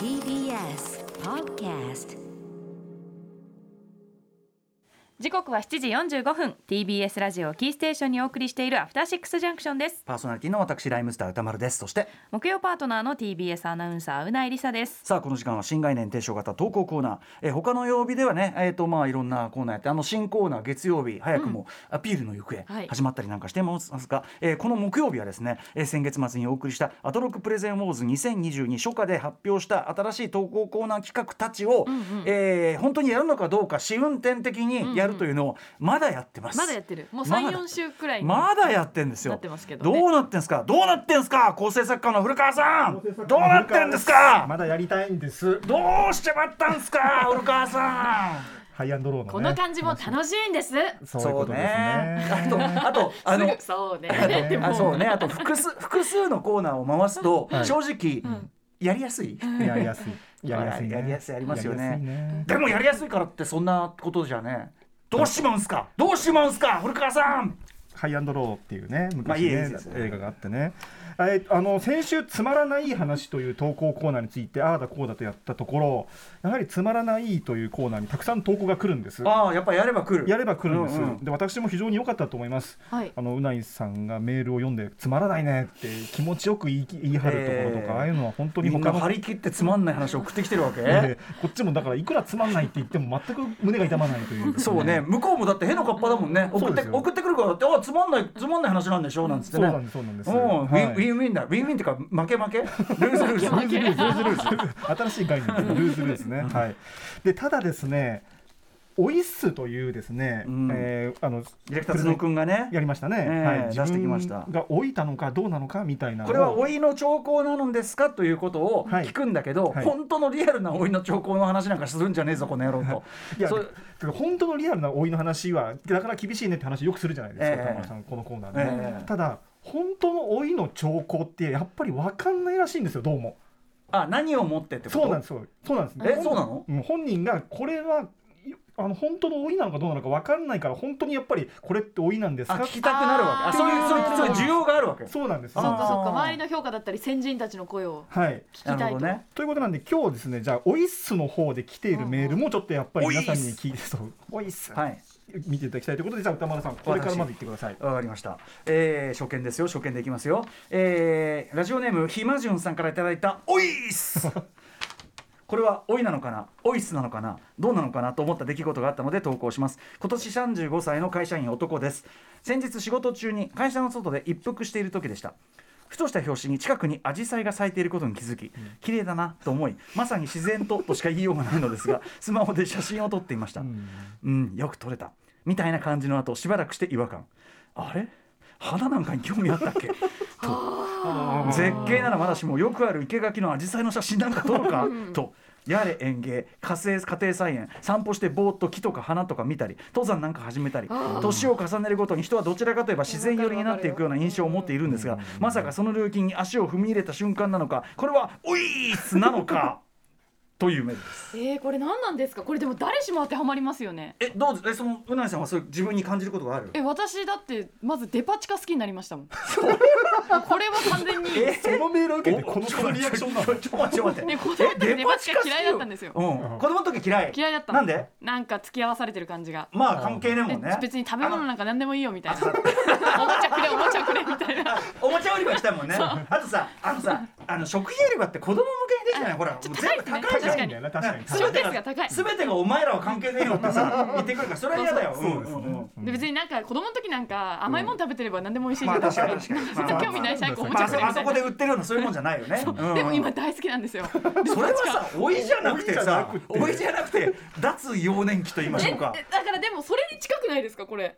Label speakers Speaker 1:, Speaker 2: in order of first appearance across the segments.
Speaker 1: TBS Podcast
Speaker 2: 時刻は7時45分 TBS ラジオをキーステーションにお送りしているアフターシックスジャンクションです
Speaker 3: パーソナリティの私ライムスター歌丸ですそして
Speaker 2: 木曜パートナーの TBS アナウンサーうないりさです
Speaker 3: さあこの時間は新概念提唱型投稿コーナーえー他の曜日ではねえーとまあいろんなコーナーやってあの新コーナー月曜日早くもアピールの行方、
Speaker 2: はい
Speaker 3: 始まったりなんかしてますが、えーこの木曜日はですね、えー先月末にお送りしたアトロックプレゼンウォーズ2022初夏で発表した新しい投稿コーナー企画たちを、えー本当にやるのかどうか試運転的にやるというのをまだやってます、
Speaker 2: まだやってるもう
Speaker 3: ま
Speaker 2: 3、
Speaker 3: だ
Speaker 2: 4週くらいに
Speaker 3: まだやってんですよ。
Speaker 2: なってますけどね
Speaker 3: うなってんですか。どうなってんすか。構成作家の古川さん。どうなってんですか。
Speaker 4: まだやりたいんです
Speaker 3: どうしちまったんすか。古川さん。
Speaker 4: ハイアンドローの、ね、
Speaker 2: この感じも楽しいんです
Speaker 4: そういうことです
Speaker 3: あと
Speaker 4: ね
Speaker 3: あとあの
Speaker 2: すぐそうね
Speaker 4: ね
Speaker 2: でも
Speaker 3: あそうねあと複数複数のコーナーを回すと
Speaker 4: はい
Speaker 3: 正直やりやすい。
Speaker 4: やりやすいやりやすい、ね、
Speaker 3: やりやすいありますよね
Speaker 4: やりやすいね
Speaker 3: でもやりやすいからってそんなことじゃね。どうしまうんすか。どうしまうんすか。古川さん。
Speaker 4: ハイアンドローっていうね
Speaker 3: まあ
Speaker 4: 昔
Speaker 3: いいで
Speaker 4: ね、
Speaker 3: す
Speaker 4: 映画があってねえあの先週つまらない話という投稿コーナーについてああだこうだとやったところやはりつまらないというコーナーにたくさん投稿が来るんです
Speaker 3: ああやっぱやれば来る。
Speaker 4: やれば来るんです、
Speaker 3: うんうん
Speaker 4: で私も非常に良かったと思います
Speaker 2: はい
Speaker 4: あのうないさんがメールを読んでつまらないねって気持ちよく言い言い張るところ
Speaker 3: え
Speaker 4: とか、
Speaker 3: ー
Speaker 4: ああいうのは本当に
Speaker 3: みん
Speaker 4: 他
Speaker 3: な
Speaker 4: の
Speaker 3: 張り切ってつまんない話を送ってきてるわけ。
Speaker 4: えーこっちもだからいくらつまんないって言っても全く胸が痛まないという
Speaker 3: そうね、向こうもだって変なカッパだもんね
Speaker 4: そ
Speaker 3: 送
Speaker 4: う
Speaker 3: っ
Speaker 4: で
Speaker 3: て
Speaker 4: すよ
Speaker 3: 送ってくるからだってあつまんないつまんない話なんでしょなんつって
Speaker 4: そう
Speaker 3: ね
Speaker 4: なんですそうなんです、
Speaker 3: うんウ
Speaker 4: は
Speaker 3: ィンウ
Speaker 4: い
Speaker 3: ィンウィンだウィンウィンってか負け負 けルーズルーズ
Speaker 4: ルーズルーズルーズルーズ新しい概念 ですルーズルーズねはいでただですねオイッスというですね、
Speaker 3: うん
Speaker 4: えーあの
Speaker 3: ディレクター角くんがね
Speaker 4: やりましたね、
Speaker 3: えー
Speaker 4: はい、
Speaker 3: 出してきました
Speaker 4: 自分が老いたのかどうなのかみたいなのを
Speaker 3: これは老いの兆候なのですかということを
Speaker 4: はい
Speaker 3: 聞くんだけど、
Speaker 4: はい
Speaker 3: 本当のリアルな老いの兆候の話なんかするんじゃねえぞこの野郎と。
Speaker 4: いや
Speaker 3: そ
Speaker 4: だから本当のリアルな老いの話はだから厳しいねって話よくするじゃないですか、
Speaker 3: ええ
Speaker 4: 田村さんこのコーナーで、
Speaker 3: ええ
Speaker 4: ただ本当の老いの兆候ってやっぱり分かんないらしいんですよどうも
Speaker 3: あ何を持ってってこと
Speaker 4: そうなんですよそうなんです
Speaker 3: えそうなの
Speaker 4: うん本人がこれはいあの本当の老いなのかどうなのか分かんないから本当にやっぱりこれって老いなんです
Speaker 3: あ
Speaker 4: か
Speaker 3: 聞きたくなるわけあそういうそういうそういう需要があるわけ。
Speaker 4: そうなんです
Speaker 2: そっかそっか
Speaker 3: あー
Speaker 2: 周りの評価だったり先人たちの声を
Speaker 4: はい
Speaker 2: 聞きたいと、
Speaker 3: ね。
Speaker 4: ということなんで今日ですねじゃあオイッスの方で来ているメールもちょっとやっぱり皆さんに聞いてそうオイッス、
Speaker 3: はい
Speaker 4: 見ていただきたいということでじゃあ歌丸さんこれからまず言ってください
Speaker 3: わかりました、えー、初見ですよ初見でいきますよ、えー、ラジオネームひまじゅんさんからいただいたおいっす これはおいなのかなおいっすなのかなどうなのかなと思った出来事があったので投稿します今年35歳の会社員男です先日仕事中に会社の外で一服している時でしたふとした拍子に近くにアジサイが咲いていることに気づき綺麗だなと思いまさに自然ととしか言いようがないのですがスマホで写真を撮っていました、うん、よく撮れたみたいな感じの後しばらくして違和感あれ花なんかに興味あったっけ と絶景ならまだしもよくある生垣の紫陽花の写真なんか撮るかと。やれ園芸家政家庭菜園散歩してぼーっと木とか花とか見たり登山なんか始めたり年を重ねるごとに人はどちらかといえば自然寄りになっていくような印象を持っているんですがまさかその領域に足を踏み入れた瞬間なのかこれは「おいーっす!」なのかという目です。
Speaker 2: えー、これ何なんですかこれでも誰しも当てはまりますよね
Speaker 3: えどうぞえそのうなぎさんはそういう自分に感じることがある
Speaker 2: え私だってまずデパ地下好きになりましたもんこれは完全に
Speaker 4: そのメールを受けてこの
Speaker 3: ちょ
Speaker 4: 人のリアクションなの
Speaker 3: ちょちょちょ待って
Speaker 2: ね子供の時
Speaker 3: え
Speaker 2: デパ地下嫌いだったんですよ
Speaker 3: デパ地下好きうん、子供の時嫌い
Speaker 2: 嫌いだったの
Speaker 3: なんで
Speaker 2: なんか付き合わされてる感じが
Speaker 3: まあ関係ねえもん
Speaker 2: え
Speaker 3: ね
Speaker 2: 別に食べ物なんか何でもいいよみたいなおもちゃくれおもちゃくれみたいな
Speaker 3: おもちゃ売り場来たもんねあとさあのさあの食品売り場って子供向けにできたねほらもう
Speaker 2: ちょっと
Speaker 3: 全部
Speaker 2: 高い
Speaker 3: 高いじ
Speaker 2: 確か
Speaker 3: ゃん
Speaker 4: 高い
Speaker 2: に
Speaker 4: んだよね確かに
Speaker 2: ショーケースが高い
Speaker 3: 全てがお前らは関係ねえよってさ 言ってくるからそれは嫌だよ
Speaker 4: そうですね
Speaker 3: んんん
Speaker 2: で別になんか子供の時なんか甘いもん食べてれば何でも美味しい
Speaker 3: まあ
Speaker 2: けど
Speaker 3: 確かに確かに
Speaker 2: ずっと興味ないしなんかおも
Speaker 3: ま
Speaker 2: ち
Speaker 3: あ
Speaker 2: ゃ
Speaker 3: あ
Speaker 2: く
Speaker 3: そ
Speaker 2: れみ
Speaker 3: あ
Speaker 2: たい
Speaker 3: そこ
Speaker 2: な
Speaker 3: で売ってるようなそういうもんじゃないよねうん
Speaker 2: でも今大好きなんです よ
Speaker 3: それはさ老いじゃなくてさ老
Speaker 4: 老
Speaker 3: い
Speaker 4: い
Speaker 3: じゃなくて脱幼年期と言いましょうか
Speaker 2: えだからでもそれに近くないですかこれ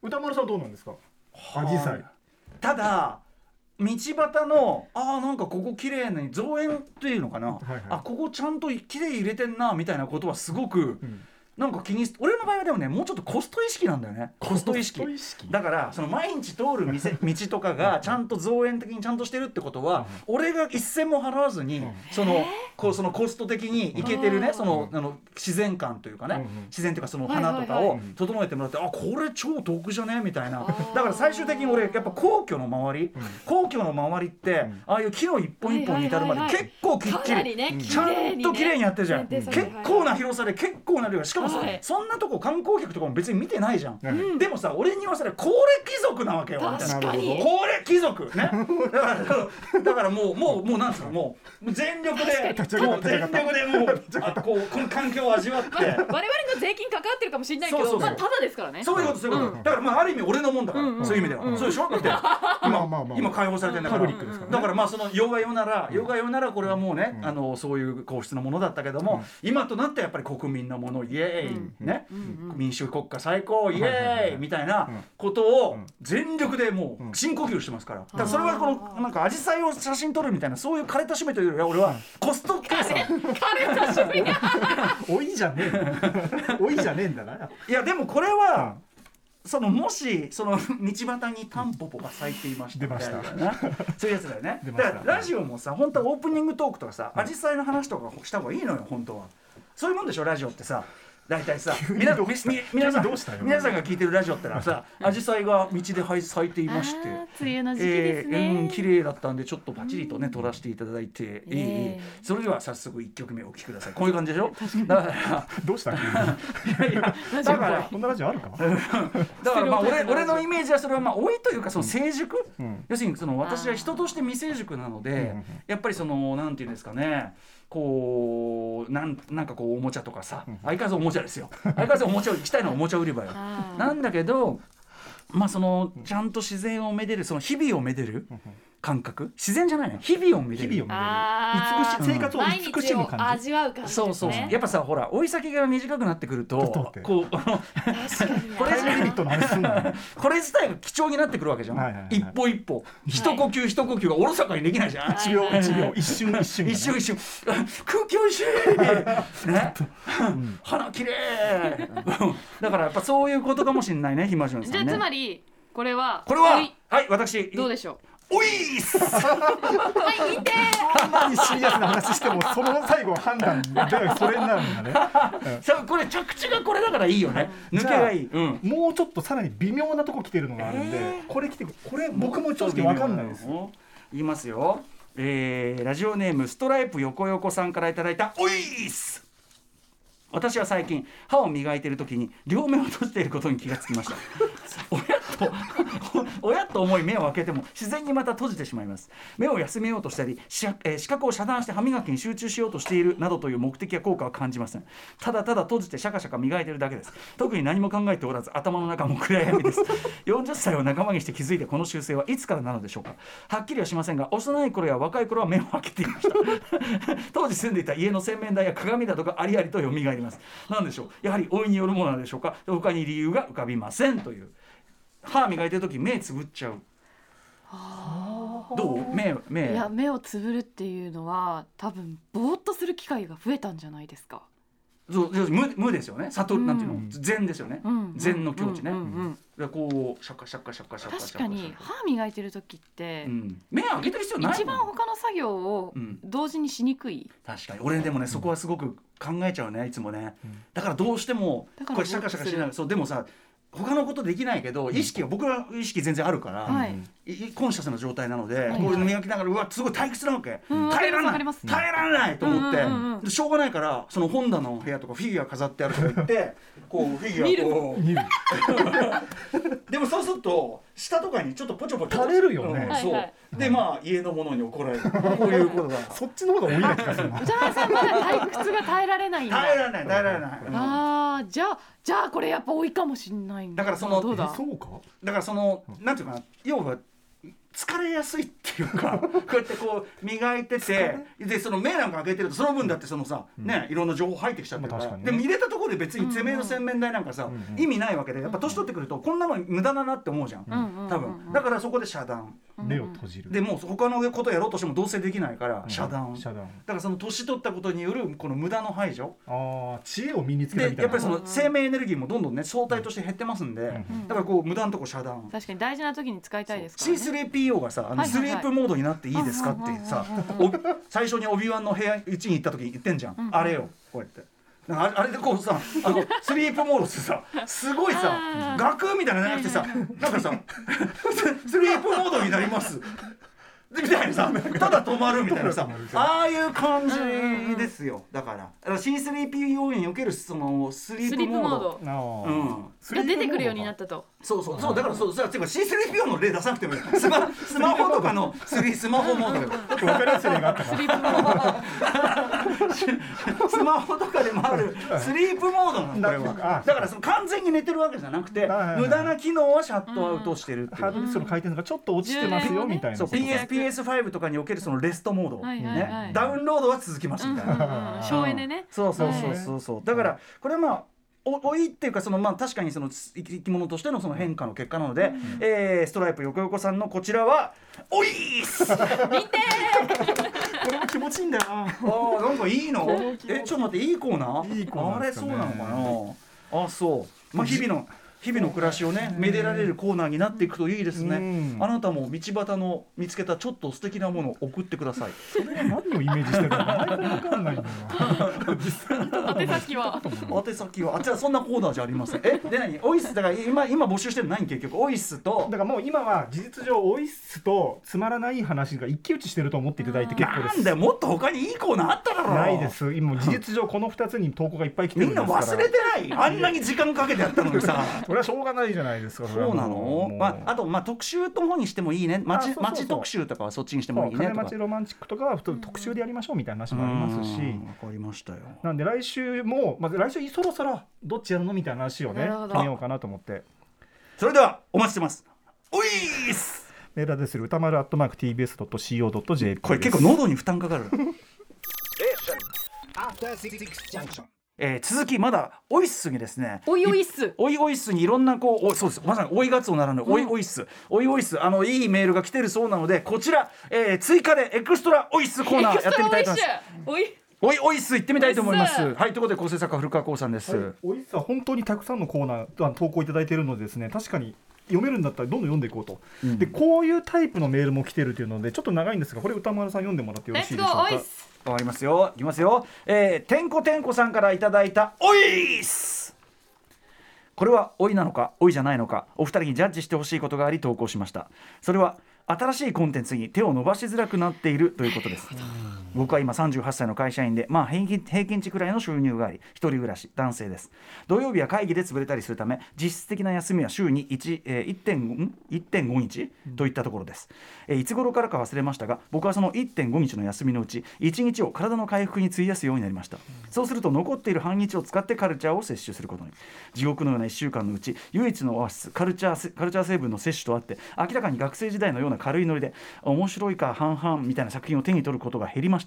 Speaker 4: 歌丸さんどうなんですかアジサイ
Speaker 3: ただ道端のあーなんかここ綺麗に造園っていうのかな、
Speaker 4: いはい
Speaker 3: あここちゃんと綺麗入れてんなみたいなことはすごく
Speaker 4: うん
Speaker 3: なんか気にし俺の場合はでもねもうちょっとコスト意識なんだよねコスト意識
Speaker 4: コスト意識
Speaker 3: だからその毎日通る 店道とかがちゃんと造園的にちゃんとしてるってことは、俺が一銭も払わずに、そのこうそのコスト的にいけてるね、
Speaker 2: うん
Speaker 3: そのあの自然感というかね、
Speaker 4: うんうん
Speaker 3: 自然というかその花とか
Speaker 2: はい
Speaker 4: はい
Speaker 3: を
Speaker 4: はい
Speaker 3: 整えてもらって、あこれ超得じゃねみたいな
Speaker 2: あー
Speaker 3: だから最終的に俺やっぱ皇居の周り、皇居の周りって、
Speaker 4: ん
Speaker 3: ああいう木の一本一本に至るまで
Speaker 2: はいはいはい
Speaker 3: 結構きっ
Speaker 2: か
Speaker 3: ち
Speaker 2: なり
Speaker 3: り。
Speaker 2: ね、
Speaker 3: ちゃんと綺麗にやってるじゃん、
Speaker 2: うん
Speaker 3: 結構な広さで結構な量しかもさ、
Speaker 2: はい
Speaker 3: そんなとこ観光客とかも別に見てないじゃん、
Speaker 4: うん
Speaker 3: でもさ俺に言わせれば高齢貴族なわけよみたいな
Speaker 2: 確
Speaker 4: かに
Speaker 3: 高齢貴族ねだからだからもうもうもうなんですかもう全力でもう全力でもうあこうこの環境を味わって
Speaker 2: 我々の税金かかってるかもしれないけど
Speaker 3: そうそうそう
Speaker 2: まあ、ただですからね
Speaker 3: そういうことそういうこと、だからまあある意味俺のもんだから、
Speaker 2: うんうん
Speaker 3: そういう意味では、
Speaker 2: うん
Speaker 3: そうでしょだって
Speaker 4: まあまあまあ
Speaker 3: 今解放されてるんだから、
Speaker 4: パブリックですからね
Speaker 3: だからまあその洋画用なら洋画用ならこれはもうね、あのそういう皇室のものだったけども、今となってやっぱり国民のものイエーイ、ね、民主国家最高イエーイ、みたいなことを全力でもう深呼吸してますから、だからそれはこのなんかアジサイを写真撮るみたいなそういう枯れた趣味というよりは俺はコスト計算
Speaker 4: 老いじゃねえの老いじゃねえんだな。
Speaker 3: いやでもこれは、そのもしその 道端にタンポポが咲いていました
Speaker 4: 出ました
Speaker 3: みいなねそういうやつだよね
Speaker 4: 出まし
Speaker 3: だ
Speaker 4: た
Speaker 3: からラジオもさ本当はオープニングトークとかさアジサイの話とかした方がいいのよ本当はそういうもんでしょラジオってさ大体さ
Speaker 4: 急に
Speaker 3: みな
Speaker 4: どうした
Speaker 3: みみ皆さん
Speaker 4: 急にどうしたよ
Speaker 3: 皆さんが聞いてるラジオってのは さアジサイが道ではい咲いていまして
Speaker 2: あー梅雨の時期で
Speaker 3: え
Speaker 2: す
Speaker 3: ー
Speaker 2: ね、
Speaker 3: うん綺麗だったんでちょっとパチリとね撮らせていただいて、ええ
Speaker 2: ねえ
Speaker 3: それでは早速一曲目お聴きくださいこういう感じでしょだから
Speaker 4: どうした急
Speaker 3: いや
Speaker 4: に
Speaker 3: いやだから
Speaker 4: こんなラジオあるか。
Speaker 3: だからまあ
Speaker 2: ステレオタ
Speaker 3: 俺
Speaker 2: イプな
Speaker 3: 俺のイメージはそれはまあ老いというかその成熟、
Speaker 4: うん
Speaker 3: 要するにその私は人として未成熟なので、
Speaker 4: うん
Speaker 3: やっぱりそのなんていうんですかねこうなんなんかこうおもちゃとかさ、相変わらずおもちゃですよ相変わらずおもちゃ行きたいのはおもちゃ売り場 よ
Speaker 2: あー
Speaker 3: なんだけどまあそのちゃんと自然をめでるその日々をめでる感覚自然じゃないね日々をめで
Speaker 4: 日
Speaker 3: る
Speaker 4: 々を見
Speaker 2: あー
Speaker 4: 美しい生活を
Speaker 2: 毎
Speaker 4: 美し
Speaker 2: 日
Speaker 4: む
Speaker 2: を
Speaker 4: 感じ。
Speaker 2: 味わう感じですね
Speaker 3: そうそうそうやっぱさほら追い先が短くなってくると
Speaker 4: ちょっと待って
Speaker 3: こう あの
Speaker 2: 確かにね
Speaker 3: これ
Speaker 4: タイムリミットの話すんなよ。
Speaker 3: これ自体が貴重になってくるわけじゃん、
Speaker 4: はいはいはい
Speaker 3: 一歩一歩一呼吸一呼吸がおろそかにできないじゃん、
Speaker 2: はい
Speaker 4: 一秒一秒一瞬一瞬。
Speaker 3: 一瞬一瞬空気おいし いね、花きれいだからやっぱそういうことかもしれないねひまじゅん
Speaker 2: じ
Speaker 3: さ
Speaker 2: ゃあ
Speaker 3: んね
Speaker 2: つまりこれは
Speaker 3: これは
Speaker 2: おい
Speaker 3: はい私
Speaker 2: どうでしょ
Speaker 3: おいっ す
Speaker 2: うはいいて
Speaker 4: あんなにシリアスな話してもその最後は判断でそれになるんだね。
Speaker 3: さこれ着地がこれだからいいよね抜けがいい、うん、
Speaker 4: うんもうちょっとさらに微妙なとこ来てるのがあるんで、これ来てこれ僕も正直わかんないです。
Speaker 3: 言いますよえー、ラジオネームストライプ横横さんからいただいたおいっす私は最近歯を磨いている時に両目を閉じていることに気がつきました 親とお親と思い目を開けても自然にまた閉じてしまいます目を休めようとしたりしゃえー視覚を遮断して歯磨きに集中しようとしているなどという目的や効果は感じませんただただ閉じてシャカシャカ磨いているだけです特に何も考えておらず頭の中も暗 闇です40歳を仲間にして気づいてこの習性はいつからなのでしょうかはっきりはしませんが幼い頃や若い頃は目を開けていました 当時住んでいた家の洗面台や鏡だとかありありと蘇ります何でしょうやはり老いによるものなのでしょうか他に理由が浮かびませんという歯磨いてる時目つぶっちゃうどう目目
Speaker 2: いや目をつぶるっていうのは多分ぼーっとする機会が増えたんじゃないですか
Speaker 3: そう要するに無無ですよね悟る、
Speaker 2: うん
Speaker 3: なんていうの禅ですよね、
Speaker 2: うん
Speaker 3: 禅の境地ね、
Speaker 2: うんうんうん
Speaker 3: でこうシャカシャカシャカシャカシャ
Speaker 2: 確
Speaker 3: カ
Speaker 2: かに歯磨いてる時っ
Speaker 3: う
Speaker 2: て
Speaker 3: ん、目開けてる必要ないもん
Speaker 2: 一番他の作業を
Speaker 3: うん
Speaker 2: 同時にしにくい
Speaker 3: 確かに俺でもね、そこはすごく考えちゃうねいつもね、だからどうしても
Speaker 2: だから
Speaker 3: これシャカシャカしながらそうでもさ他のことできないけど意識が、僕は意識全然あるから、
Speaker 2: はい
Speaker 3: いいコンシャスな状態なので、
Speaker 2: はい
Speaker 3: こう磨きながらうわすごい退屈なわけ、
Speaker 2: うん
Speaker 3: 耐えられ
Speaker 2: わ
Speaker 3: な
Speaker 2: かり
Speaker 3: い
Speaker 2: ます
Speaker 3: 耐えられないと思って、
Speaker 2: うんうんうん
Speaker 3: でしょうがないからその本棚の部屋とかフィギュア飾ってあるとか言って こうフィギ
Speaker 2: 見
Speaker 3: ュ
Speaker 2: る
Speaker 3: アこう
Speaker 4: 見る
Speaker 3: でもそうすると下とかにちょっとポチョポチョ
Speaker 4: 垂れるよね
Speaker 3: うんそう、
Speaker 2: はいはい
Speaker 3: でまあ家のものに怒られる こういうことだ
Speaker 4: そっちの方が多いな気がするな。
Speaker 2: 宇多原さんまだ退屈が耐えられないんだ
Speaker 3: 耐えられない耐えられない、うん
Speaker 2: あーじゃあじゃあこれやっぱ多いかもしんないん
Speaker 3: だからその
Speaker 2: どうだ
Speaker 4: えそうか。
Speaker 3: だからそのなんていうかな要は疲れやすいっていう かこうやってこう磨いててでその目なんか開けてるとその分だってそのさ、ねいろんな情報入ってきちゃってるから、
Speaker 4: まあ確か
Speaker 3: で
Speaker 4: にね
Speaker 3: 見れたところで別に攻めの洗面台なんかさ、
Speaker 4: うん
Speaker 3: 意味ないわけでやっぱ年取ってくるとこんなの無駄だなって思うじゃん、
Speaker 2: うん
Speaker 3: 多
Speaker 2: うんうんう
Speaker 3: 分
Speaker 2: ん
Speaker 3: だからそこで遮断
Speaker 4: 目を閉じる
Speaker 3: でもう他のことやろうとしてもどうせできないから
Speaker 4: うん
Speaker 3: 遮断、だ
Speaker 4: 遮断
Speaker 3: からその年取ったことによるこの無駄の排除、
Speaker 4: ああ知恵を身につけた
Speaker 3: で
Speaker 4: みたいな
Speaker 3: やっぱりその生命エネルギーもどんどんね相対として減ってますんで、
Speaker 4: うん
Speaker 3: だからこう無駄なとこ遮断。
Speaker 2: 確かに大事な時に使いたいですからね
Speaker 3: C3PO がさあ
Speaker 2: は
Speaker 3: の
Speaker 2: いはい
Speaker 3: ス
Speaker 2: はい
Speaker 3: リープモードになっていいですかってさお最初にオビワンの部屋うちに行った時に言ってんじゃん、
Speaker 2: うん
Speaker 3: あれよこうやってなんかあれあれでこうさあのスリープモードってさすごいさ
Speaker 2: あー
Speaker 3: 楽みたいなのじゃなくてさなんかさ スリープモードになりますでみたいなさただ止まるみたいなさああいう感じですよだからだから C3PO におけるそのスリ
Speaker 2: ス
Speaker 3: ープ
Speaker 2: リープ
Speaker 3: モ
Speaker 2: モ
Speaker 3: ー
Speaker 2: ー
Speaker 3: ド
Speaker 2: ド
Speaker 3: う
Speaker 2: が
Speaker 3: ん
Speaker 2: 出てくるようになったと
Speaker 3: そうそうそうだからそうそうてか C3PO の例出さなくてもいいスマスマホとかのスリスマホモード よ
Speaker 4: た分かりやすい例があった
Speaker 2: ス
Speaker 4: から
Speaker 2: リープモード
Speaker 3: スマホとかでもあるスリープモードなのこれは
Speaker 4: あ
Speaker 3: だからその完全に寝てるわけじゃなくて
Speaker 4: はいはい
Speaker 3: 無駄な機能はシャットアウトしてるってい
Speaker 4: ハー
Speaker 3: う
Speaker 4: ドディスクの回転数がちょっと落ちてますよみたいな
Speaker 3: そう
Speaker 4: ことか
Speaker 3: PSPS5 とかにおけるそのレストモード、
Speaker 2: はいはいは
Speaker 3: ね
Speaker 2: い、
Speaker 3: ダウンロードは続きます
Speaker 2: うん
Speaker 3: み
Speaker 2: うん
Speaker 3: たいな。
Speaker 2: うん省エネね
Speaker 3: そうそうそうそうそう、だからこれはまあお老いっていうかそのまあ確かにその生き生き物としてのその変化の結果なので、えーストライプ横横さんのこちらは「おいーっす! 」これも気持ちいいんだよなあーなんかいいのえちょっと待っていいコーナー
Speaker 4: いいコーナー
Speaker 3: あれ
Speaker 4: です
Speaker 3: そう
Speaker 4: かね
Speaker 3: なのかなあそう、まあ、日々の日々の暮らしをねめでられるコーナーになっていくといいですね、
Speaker 4: うん
Speaker 3: あなたも道端の見つけたちょっと素敵なものを送ってください
Speaker 4: 何をイメージしてるのか毎回分かんないんだよな実際に
Speaker 2: 宛先は
Speaker 3: 宛先はあじゃあそんなコーナーじゃありませんえで何オイスだから今今募集してるの何結局オイスと
Speaker 4: だからもう今は事実上オイスとつまらない話が一騎打ちしてると思っていただいて結構で
Speaker 3: な
Speaker 4: す
Speaker 3: んだよもっと他にいいコーナーあっただろ
Speaker 4: ないです今もう事実上この2つに投稿がいっぱい来て
Speaker 3: み
Speaker 4: るん
Speaker 3: ん
Speaker 4: ですか
Speaker 3: な忘
Speaker 4: ら
Speaker 3: れてないあんなに時間かけてやったのに さ
Speaker 4: それはしょうがないじゃないですかれ
Speaker 3: そ
Speaker 4: はも
Speaker 3: うなの
Speaker 4: もう
Speaker 3: まあ、あとまあ特集の方にしてもいいね
Speaker 4: あそ
Speaker 3: 町
Speaker 4: うそうそう
Speaker 3: 町特集とかはそっちにして
Speaker 4: そ
Speaker 3: も
Speaker 4: う
Speaker 3: いいね
Speaker 4: 金
Speaker 3: とか
Speaker 4: 町ロマンチックとかは普通特集でやりましょうみたいな話もありますし
Speaker 3: うんわかりましたよ
Speaker 4: なんで来週も、まず来週そろそろどっちやるのみたいな話をね
Speaker 2: なるほど
Speaker 4: 決めようかなと思って
Speaker 3: それではお待ちしてますオイス
Speaker 4: メールアドレス歌丸アットマーク TBS.CO.JP
Speaker 3: これ結構喉に負担かかるえー続きまだオイスにですね
Speaker 2: おいおいっす
Speaker 3: おいおいっすにいろんなこうおそうですまさに追いがつおならぬおいおいっす、おいおいっすあのいいメールが来てるそうなのでこちら、えー追加でエクストラおいっすコーナーやってみたいと思います
Speaker 2: おい
Speaker 3: おいおいっす行ってみたいと思います
Speaker 2: おいっ
Speaker 3: はいということで構成作家古川光さんです、
Speaker 4: おいさ本当にたくさんのコーナーあ投稿いただいているのでですね確かに読めるんだったらどんどん読んでいこうと、
Speaker 3: うん
Speaker 4: でこういうタイプのメールも来てるというのでちょっと長いんですがこれ歌丸さん読んでもらってよ
Speaker 2: レ
Speaker 4: ろ
Speaker 2: ッ
Speaker 4: しい
Speaker 2: ツ
Speaker 4: で
Speaker 2: ゴ
Speaker 4: しょう
Speaker 2: ー
Speaker 4: か
Speaker 2: おいっす
Speaker 3: わかりますよ。いきますよ。えー、てんこてんこさんからいただいたおいっす。これはおいなのかおいじゃないのかお二人にジャッジしてほしいことがあり投稿しました。それは新しいコンテンツに手を伸ばしづらくなっているということです。僕は今38歳の会社員で、まあ、平均平均値くらいの収入があり一人暮らし男性です土曜日は会議で潰れたりするため実質的な休みは週に1、えー、1.5ん1.5日といったところです、えーいつ頃からか忘れましたが僕はその1.5日の休みのうち1日を体の回復に費やすようになりましたそうすると残っている半日を使ってカルチャーを摂取することに地獄のような1週間のうち唯一のオアシスカルチャーせカルチャー成分の摂取とあって明らかに学生時代のような軽いノリで面白いか半々みたいな作品を手に取ることが減りました、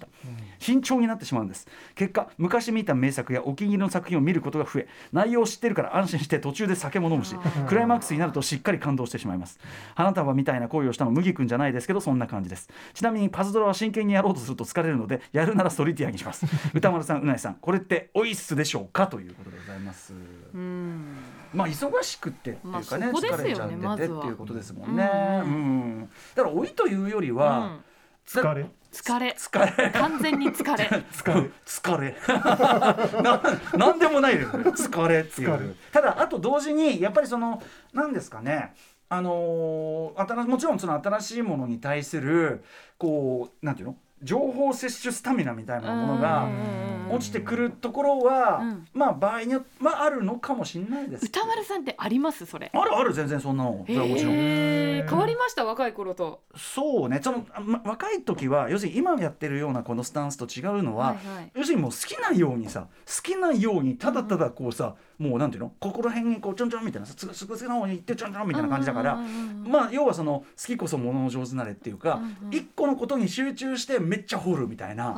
Speaker 3: 慎重になってしまうんです結果昔見た名作やお気に入りの作品を見ることが増え内容を知ってるから安心して途中で酒も飲むしクライマックスになるとしっかり感動してしまいます花束みたいな恋をしたの麦君じゃないですけどそんな感じですちなみにパズドラは真剣にやろうとすると疲れるのでやるならソリティアにします歌丸さんうないさんこれっておいっすでしょうかということでございます
Speaker 2: うん
Speaker 3: まあ忙しくてっていうかね、
Speaker 2: まあそこですよ
Speaker 3: 疲
Speaker 2: ね
Speaker 3: れちゃってて、
Speaker 2: まず
Speaker 3: って
Speaker 2: は
Speaker 3: いうことですもんね、う
Speaker 2: うんん
Speaker 3: だから老いというより
Speaker 2: う
Speaker 3: は
Speaker 2: ん、
Speaker 4: 疲れ
Speaker 2: 疲れ
Speaker 3: 疲れ
Speaker 2: 完全に疲 れ
Speaker 4: 疲れ
Speaker 3: 疲れ ななんでもないですね疲れってい
Speaker 4: 疲れ
Speaker 3: うただあと同時にやっぱりその何ですかねあのー新しもちろんその新しいものに対するこうなんていうの情報摂取スタミナみたいなものが
Speaker 2: うん
Speaker 3: 落ちてくるところは、
Speaker 2: うん
Speaker 3: まあ場合によまああるのかもしれないですけど
Speaker 2: 歌丸さんってありますそれ
Speaker 3: あるある全然そんなのそれはもちろん
Speaker 2: へー変わりました若い頃と
Speaker 3: そうねその、ま、若い時は要するに今やってるようなこのスタンスと違うのは、
Speaker 2: はいはい
Speaker 3: 要するにもう好きなようにさ好きなようにただただこうさ、もうなんていうのここら辺にこうちょんちょんみたいなすぐすぐすぐの方に行ってちょんちょんみ
Speaker 5: み
Speaker 3: たいな感じだから、まあ要はその好きこそものの上手なれっていうか、
Speaker 5: うんうん
Speaker 3: 一個のことに集中してめっちゃ掘るみたいな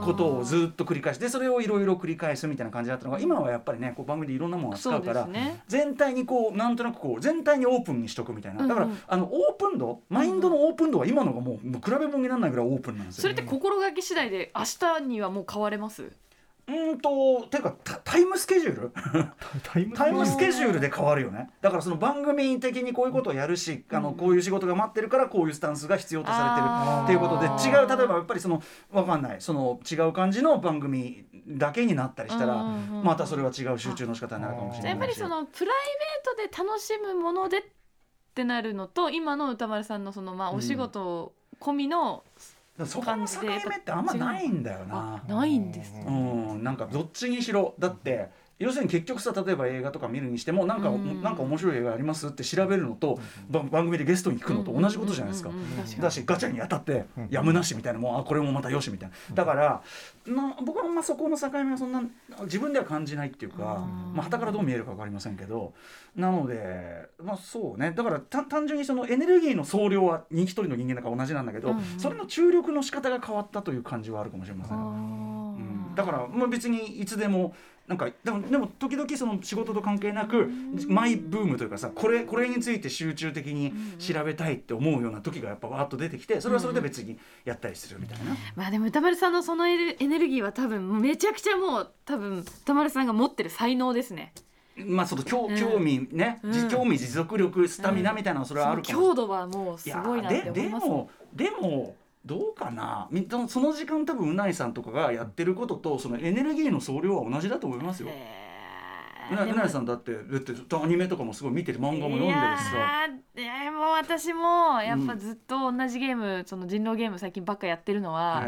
Speaker 5: あー
Speaker 3: ことをずっと繰り返してそれをいろいろ繰り返すみたいな感じだったのが今はやっぱりねこう番組でいろんなものを
Speaker 5: そ
Speaker 3: 扱
Speaker 5: う
Speaker 3: うか
Speaker 5: です
Speaker 3: ら。
Speaker 5: ね
Speaker 3: 全体にこうなんとなくこう全体にオープンにしとくみたいなだから、
Speaker 5: うんうん
Speaker 3: あのオープン度マインドのオープン度は今のがもうもう比べ物にならないぐらいオープンなんです
Speaker 2: そ
Speaker 3: よ
Speaker 2: れっ。て心がけ次第で明日にはもう変われます
Speaker 3: うーんとていうかタタイムスケジュール
Speaker 4: タイム
Speaker 3: タイムスケジュールで変わるよねだからその番組的にこういうことをやるし、あのこういう仕事が待ってるからこういうスタンスが必要とされてる
Speaker 2: あー
Speaker 3: っていうことで違う例えばやっぱりそのわかんないその違う感じの番組だけになったりしたら
Speaker 2: うんうんうん
Speaker 3: またそれは違う集中の仕方になるかもしれ
Speaker 2: じ
Speaker 3: な
Speaker 2: ゃあや
Speaker 3: い
Speaker 2: っぱり
Speaker 3: し
Speaker 2: そのプライベートで楽しむものでってなるのと今の歌丸さんのそのまあ
Speaker 3: うん
Speaker 2: お仕事込みの、
Speaker 3: だからそこの境目ってあんまないんだよな
Speaker 2: あ。ないんですね、
Speaker 3: うん、なんかどっちにしろだって要するに結局さ例えば映画とか見るにしてもなんか、
Speaker 2: うん
Speaker 3: なんか面白い映画ありますって調べるのと、ば番組でゲストに聞くのと同じことじゃないですか
Speaker 2: うんうん。うんうん確かに
Speaker 3: だしガチャに当たって
Speaker 4: うん
Speaker 3: やむなしみたいなもうあこれもまたよしみたいなだからな僕はあんまそこの境目はそんな自分では感じないっていうか
Speaker 2: うん
Speaker 3: まあ、旗からどう見えるか分かりませんけどなのでまあそうねだからた単純にそのエネルギーの総量は一人の人間だから同じなんだけど、
Speaker 2: うんうん
Speaker 3: それの注力の仕方が変わったという感じはあるかもしれません。
Speaker 2: あ
Speaker 3: うん
Speaker 2: ー
Speaker 3: だから、まあ、別にいつでもなんかでもでも時々その仕事と関係なくマイブームというかさこれこれについて集中的に調べたいって思うような時がやっぱわーっと出てきてそれはそれで別にやったりするみたいな、
Speaker 2: まあでも歌丸さんのそのエネエネルギーは多分めちゃくちゃもう多分歌丸さんが持ってる才能ですね。
Speaker 3: まあその興
Speaker 2: うん
Speaker 3: 興味ね、
Speaker 2: うん
Speaker 3: じ興味持続力スタミナみたいなのはそれはあるか
Speaker 2: そ
Speaker 3: も
Speaker 2: の強度はもう
Speaker 3: い
Speaker 2: す
Speaker 3: や
Speaker 2: ごいなって
Speaker 3: で
Speaker 2: 思い
Speaker 3: で
Speaker 2: ます。
Speaker 3: もでもどうかなみその時間多分うないさんとかがやってることとそのエネルギーの総量は同じだと思いますよ。う
Speaker 2: へ
Speaker 3: な
Speaker 2: ー
Speaker 3: うないさんだってだってアニメとかもすごい見てる漫画も読んで
Speaker 2: い
Speaker 3: るし
Speaker 2: や
Speaker 3: さ。
Speaker 2: ーでも私もやっぱずっと同じゲーム、その人狼ゲーム最近ばっかやってるのは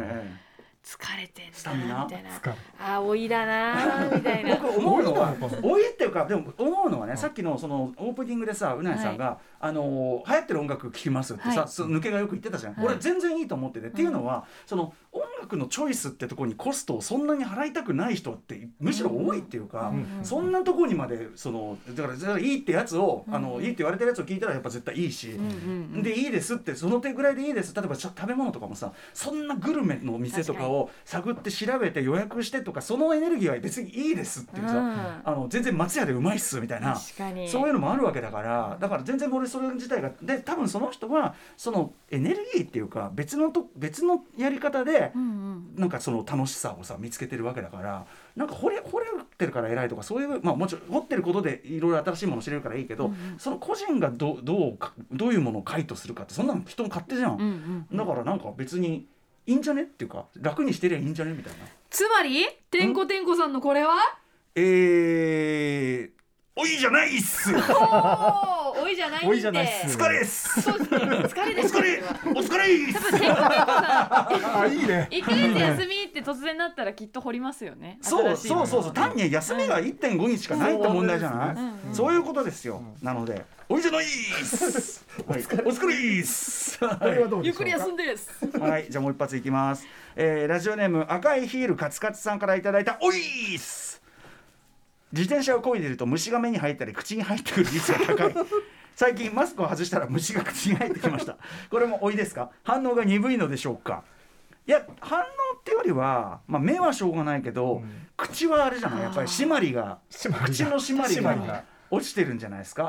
Speaker 2: 疲れてん
Speaker 3: スタミナ
Speaker 2: なみたいな
Speaker 4: 疲れ
Speaker 2: あー老いだな ーみたいな
Speaker 3: 僕思うのは
Speaker 4: 多いな
Speaker 3: 多いっていうかでも思うのはねさっきのそのオープニングでさうなえさんが、あのー流行ってる音楽聴きますってさ、
Speaker 2: はい
Speaker 3: そう抜けがよく言ってたじゃん、
Speaker 2: はい
Speaker 3: 俺全然いいと思ってて、っていうのはその音楽のチョイスってとこにコストをそんなに払いたくない人ってむしろ多いっていうか、
Speaker 4: うん
Speaker 3: そんなとこにまでそのだからだからいいってやつを、あの
Speaker 2: うん
Speaker 3: いいって言われてるやつを聞いたらやっぱ絶対いいし。
Speaker 2: うんうんうん
Speaker 3: でいいですってその手ぐらいでいいです例えばちょ食べ物とかもさそんなグルメの店とかを探って調べて予約してとかそのエネルギーは別にいいですっていうさ、
Speaker 2: うん
Speaker 3: あの全然松屋でうまいっすみたいな。
Speaker 2: 確かに
Speaker 3: そういうのもあるわけだからだから全然俺それ自体がで多分その人はそのエネルギーっていうか別のと別のやり方で
Speaker 2: うんうん
Speaker 3: なんかその楽しさをさ見つけてるわけだからなんか掘れ掘れてるから偉いとかそういうまあもちろん掘ってることでいろいろ新しいもの知れるからいいけど、その個人がどどうかどういうものを解とするかってそんなの人の勝手じゃん、
Speaker 2: うんうん
Speaker 3: だからなんか別にいいんじゃねっていうか楽にしてりゃいいんじゃねみたいな
Speaker 2: つまりてんこてんこさんのこれは
Speaker 3: えー、おいじゃないっす 疲
Speaker 2: おー老いじゃないんで
Speaker 4: 老いじゃないっす
Speaker 3: れっす
Speaker 2: そうですね疲れで
Speaker 3: お
Speaker 2: す
Speaker 3: 疲れお疲れっ
Speaker 2: 多
Speaker 3: す
Speaker 2: 分てんこてんこさ
Speaker 4: あいいね
Speaker 2: ん1ヶ月休みって突然なったらきっと掘りますよね
Speaker 3: そ
Speaker 2: 新
Speaker 3: う
Speaker 2: しいも
Speaker 3: そ
Speaker 2: の
Speaker 3: うそうそう単に休みが1.5日しかないって問題じゃない、
Speaker 2: うんうん
Speaker 3: そういうことですよ、なのでおいじゃないっす、はい、お疲れっす
Speaker 4: これはどう
Speaker 2: ゆっ
Speaker 4: でしょ
Speaker 2: く
Speaker 4: う
Speaker 2: り
Speaker 4: か
Speaker 2: 休んでです
Speaker 3: はい、じゃあもう一発いきます。えーラジオネーム赤いヒールカツカツさんからいただいたおいーっす。自転車を漕いでいると虫が目に入ったり口に入ってくる率が高い。最近マスクを外したら虫が口に入ってきました。これもおいですか？反応が鈍いのでしょうか？いや反応ってよりは、まあ目はしょうがないけど、
Speaker 4: うん
Speaker 3: 口はあれじゃない。やっぱり締まりが
Speaker 4: 締まりが
Speaker 3: 口の締まり
Speaker 4: 締まり
Speaker 3: が
Speaker 4: が
Speaker 3: 落ちてるんじゃないですか？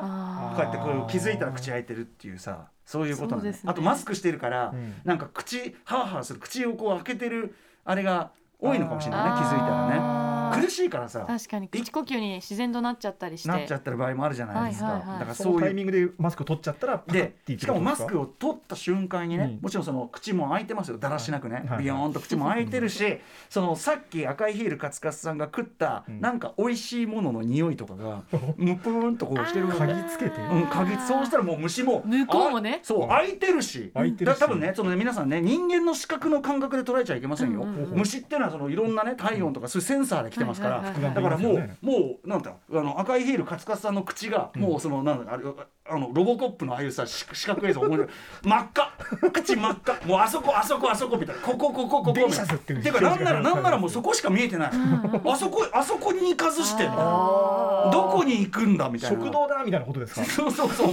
Speaker 3: こうやってこう気づいたら口開いてるっていうさそういうことな
Speaker 2: そ
Speaker 3: ん
Speaker 2: う
Speaker 3: で
Speaker 2: ですすね
Speaker 3: あとマスクしてるから、
Speaker 4: うん
Speaker 3: なんか口ハーハーする口をこう開けてるあれが多いのかもしれないね気づいたらね苦しいからさ
Speaker 2: 確かに口呼吸に自然となっちゃったりして
Speaker 3: なっちゃってる場合もあるじゃないですか、
Speaker 2: はいはいはい
Speaker 3: だから
Speaker 4: そ
Speaker 3: そ
Speaker 4: の
Speaker 3: う
Speaker 4: タイ
Speaker 3: いう
Speaker 4: ミングでマスク取っちゃったらパカッ
Speaker 3: で
Speaker 4: て言っ
Speaker 3: してかもマスク
Speaker 4: を
Speaker 3: を取った瞬間にね、
Speaker 4: うん
Speaker 3: もちろんその口も開いてますよだらしなくね、
Speaker 4: はい
Speaker 3: ビヨーンと口も開いてるし、そのさっき赤いヒールカツカツさんが食った、
Speaker 4: うん
Speaker 3: なんか美味しいものの匂いとか がむぷーんとこうしてる
Speaker 4: 嗅ぎつけて
Speaker 3: うん、鍵そうしたらもう虫も
Speaker 2: 向こうもね
Speaker 3: あそう
Speaker 4: うん
Speaker 3: 開いてるし
Speaker 4: 開いてるし
Speaker 3: だ多分ねそのね皆さんね人間の視覚の感覚で捉えちゃいけませんよ、
Speaker 2: うんうん
Speaker 4: うん
Speaker 3: 虫っていうのはそのいろんなね体温とかそういうセンサーで来てってますから、
Speaker 2: はいはい
Speaker 4: はいはい
Speaker 3: だからもう、
Speaker 4: 膨らんでます
Speaker 3: もうなんだあの赤いヒールカツカツさんの口が、もうそのなんだあれあのロボコップのああいうさし四角映像思い出真っ赤口真っ赤もうあそこあそこあそこみたいなここここここみ
Speaker 4: デリシ
Speaker 3: た
Speaker 4: ャ
Speaker 3: い
Speaker 4: ス
Speaker 3: な
Speaker 4: っていう
Speaker 3: てかなんならなんならもうそこしか見えてない あそこあそこに行かずしてんだ
Speaker 2: あ
Speaker 3: どこに行くんだみたいな
Speaker 4: 食堂だみたいなことですか
Speaker 3: そうそうそ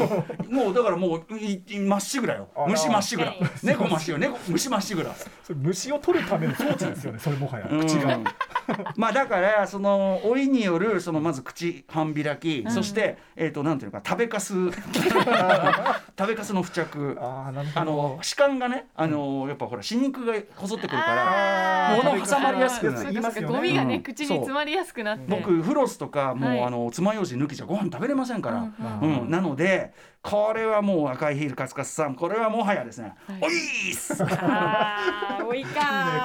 Speaker 3: う。もうだからもういいまっしぐらよ
Speaker 4: あ。ら
Speaker 3: 虫まっしぐら
Speaker 2: 確。
Speaker 3: 猫まっしぐら。猫虫まっしぐら。
Speaker 4: それ虫を取るための装置ですよねそれもはや
Speaker 3: うん
Speaker 4: 口が。
Speaker 3: まあだからその老いによるそのまず口半開き、そしてえっとなんていうのか食べか す食べかすの付着。
Speaker 4: ああなる
Speaker 3: あ
Speaker 4: ほど
Speaker 3: の歯間がねあのやっぱほら歯肉が細ってくるから。
Speaker 2: あー
Speaker 3: 物挟まりやすくなる
Speaker 2: そうか
Speaker 4: 言いますよね
Speaker 2: そうかゴミがね、
Speaker 3: うん
Speaker 2: 口に
Speaker 3: そう
Speaker 2: 詰まりやすくなって
Speaker 3: 僕フロスとかもう、
Speaker 2: はい
Speaker 3: あの爪楊枝抜きじゃご飯食べれませんから、
Speaker 4: う
Speaker 3: うんんなのでこれはもう赤いヒールカツカツさんこれはもはやですね、おいーっす
Speaker 2: あー多いか
Speaker 4: いいね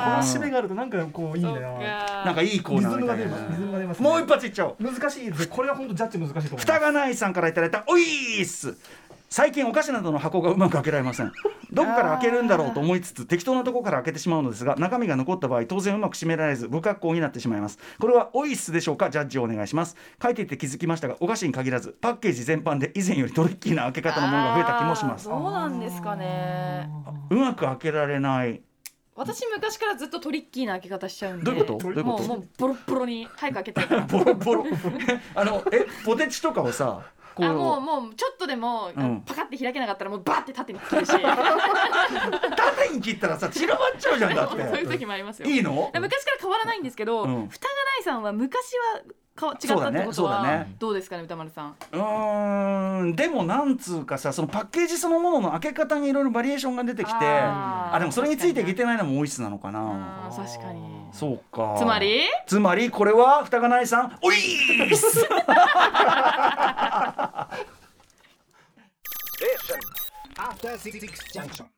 Speaker 4: この締めがあるとなんかこういいね
Speaker 2: そうか
Speaker 3: なんかいいコー
Speaker 4: リズ
Speaker 3: ナー
Speaker 4: ム
Speaker 3: み
Speaker 4: が
Speaker 3: たい
Speaker 4: 出る
Speaker 3: な。
Speaker 4: リズムが出ますね
Speaker 3: もう一発いっちゃおう。
Speaker 4: 難しいですこれは本当ジャッジ難しいと思います
Speaker 3: 蓋がないさんからいただいたおいーっす。最近お菓子などの箱がうまく開けられませんどこから開けるんだろうと思いつつ適当なとこから開けてしまうのですが中身が残った場合当然うまく閉められず不格好になってしまいますこれはオイッスでしょうかジャッジをお願いします書いていて気づきましたがお菓子に限らずパッケージ全般で以前よりトリッキーな開け方のものが増えた気もします
Speaker 2: あーそうなんですかね
Speaker 3: うまく開けられない
Speaker 2: 私昔からずっとトリッキーな開け方しちゃうんで
Speaker 3: どういうことどういうこ
Speaker 2: も
Speaker 3: と
Speaker 2: うもうボロッボロに早く開 けたいから
Speaker 3: ボロボロあのえポテチとかをさこ
Speaker 2: あもう
Speaker 3: う
Speaker 2: もうちょっとでも、
Speaker 3: うん
Speaker 2: パカって開けなかったらもうバーって縦に切るし
Speaker 3: 縦に切ったらさ散らばっちゃうじゃんだっ
Speaker 2: そういう
Speaker 3: て
Speaker 2: 時もありますよ
Speaker 3: いいの
Speaker 2: 昔から変わらないんですけど、
Speaker 3: うん
Speaker 2: 蓋がないさんは昔はか違
Speaker 3: そう
Speaker 2: った
Speaker 3: だ
Speaker 2: って
Speaker 3: ね
Speaker 2: こ
Speaker 3: そ
Speaker 2: と
Speaker 3: うだ
Speaker 2: は、
Speaker 3: ね
Speaker 2: どうですかね歌丸さん
Speaker 3: うーんでもなんつうかさそのパッケージそのものの開け方にいろいろバリエーションが出てきてあ
Speaker 2: ー
Speaker 3: でもそれについてい
Speaker 2: 確
Speaker 3: け
Speaker 2: か
Speaker 3: てないのもオイスなのかな
Speaker 2: にあー確かに
Speaker 3: そうか
Speaker 2: つまり
Speaker 3: つまりこれはふたがないさんオイース
Speaker 6: After Six Junction.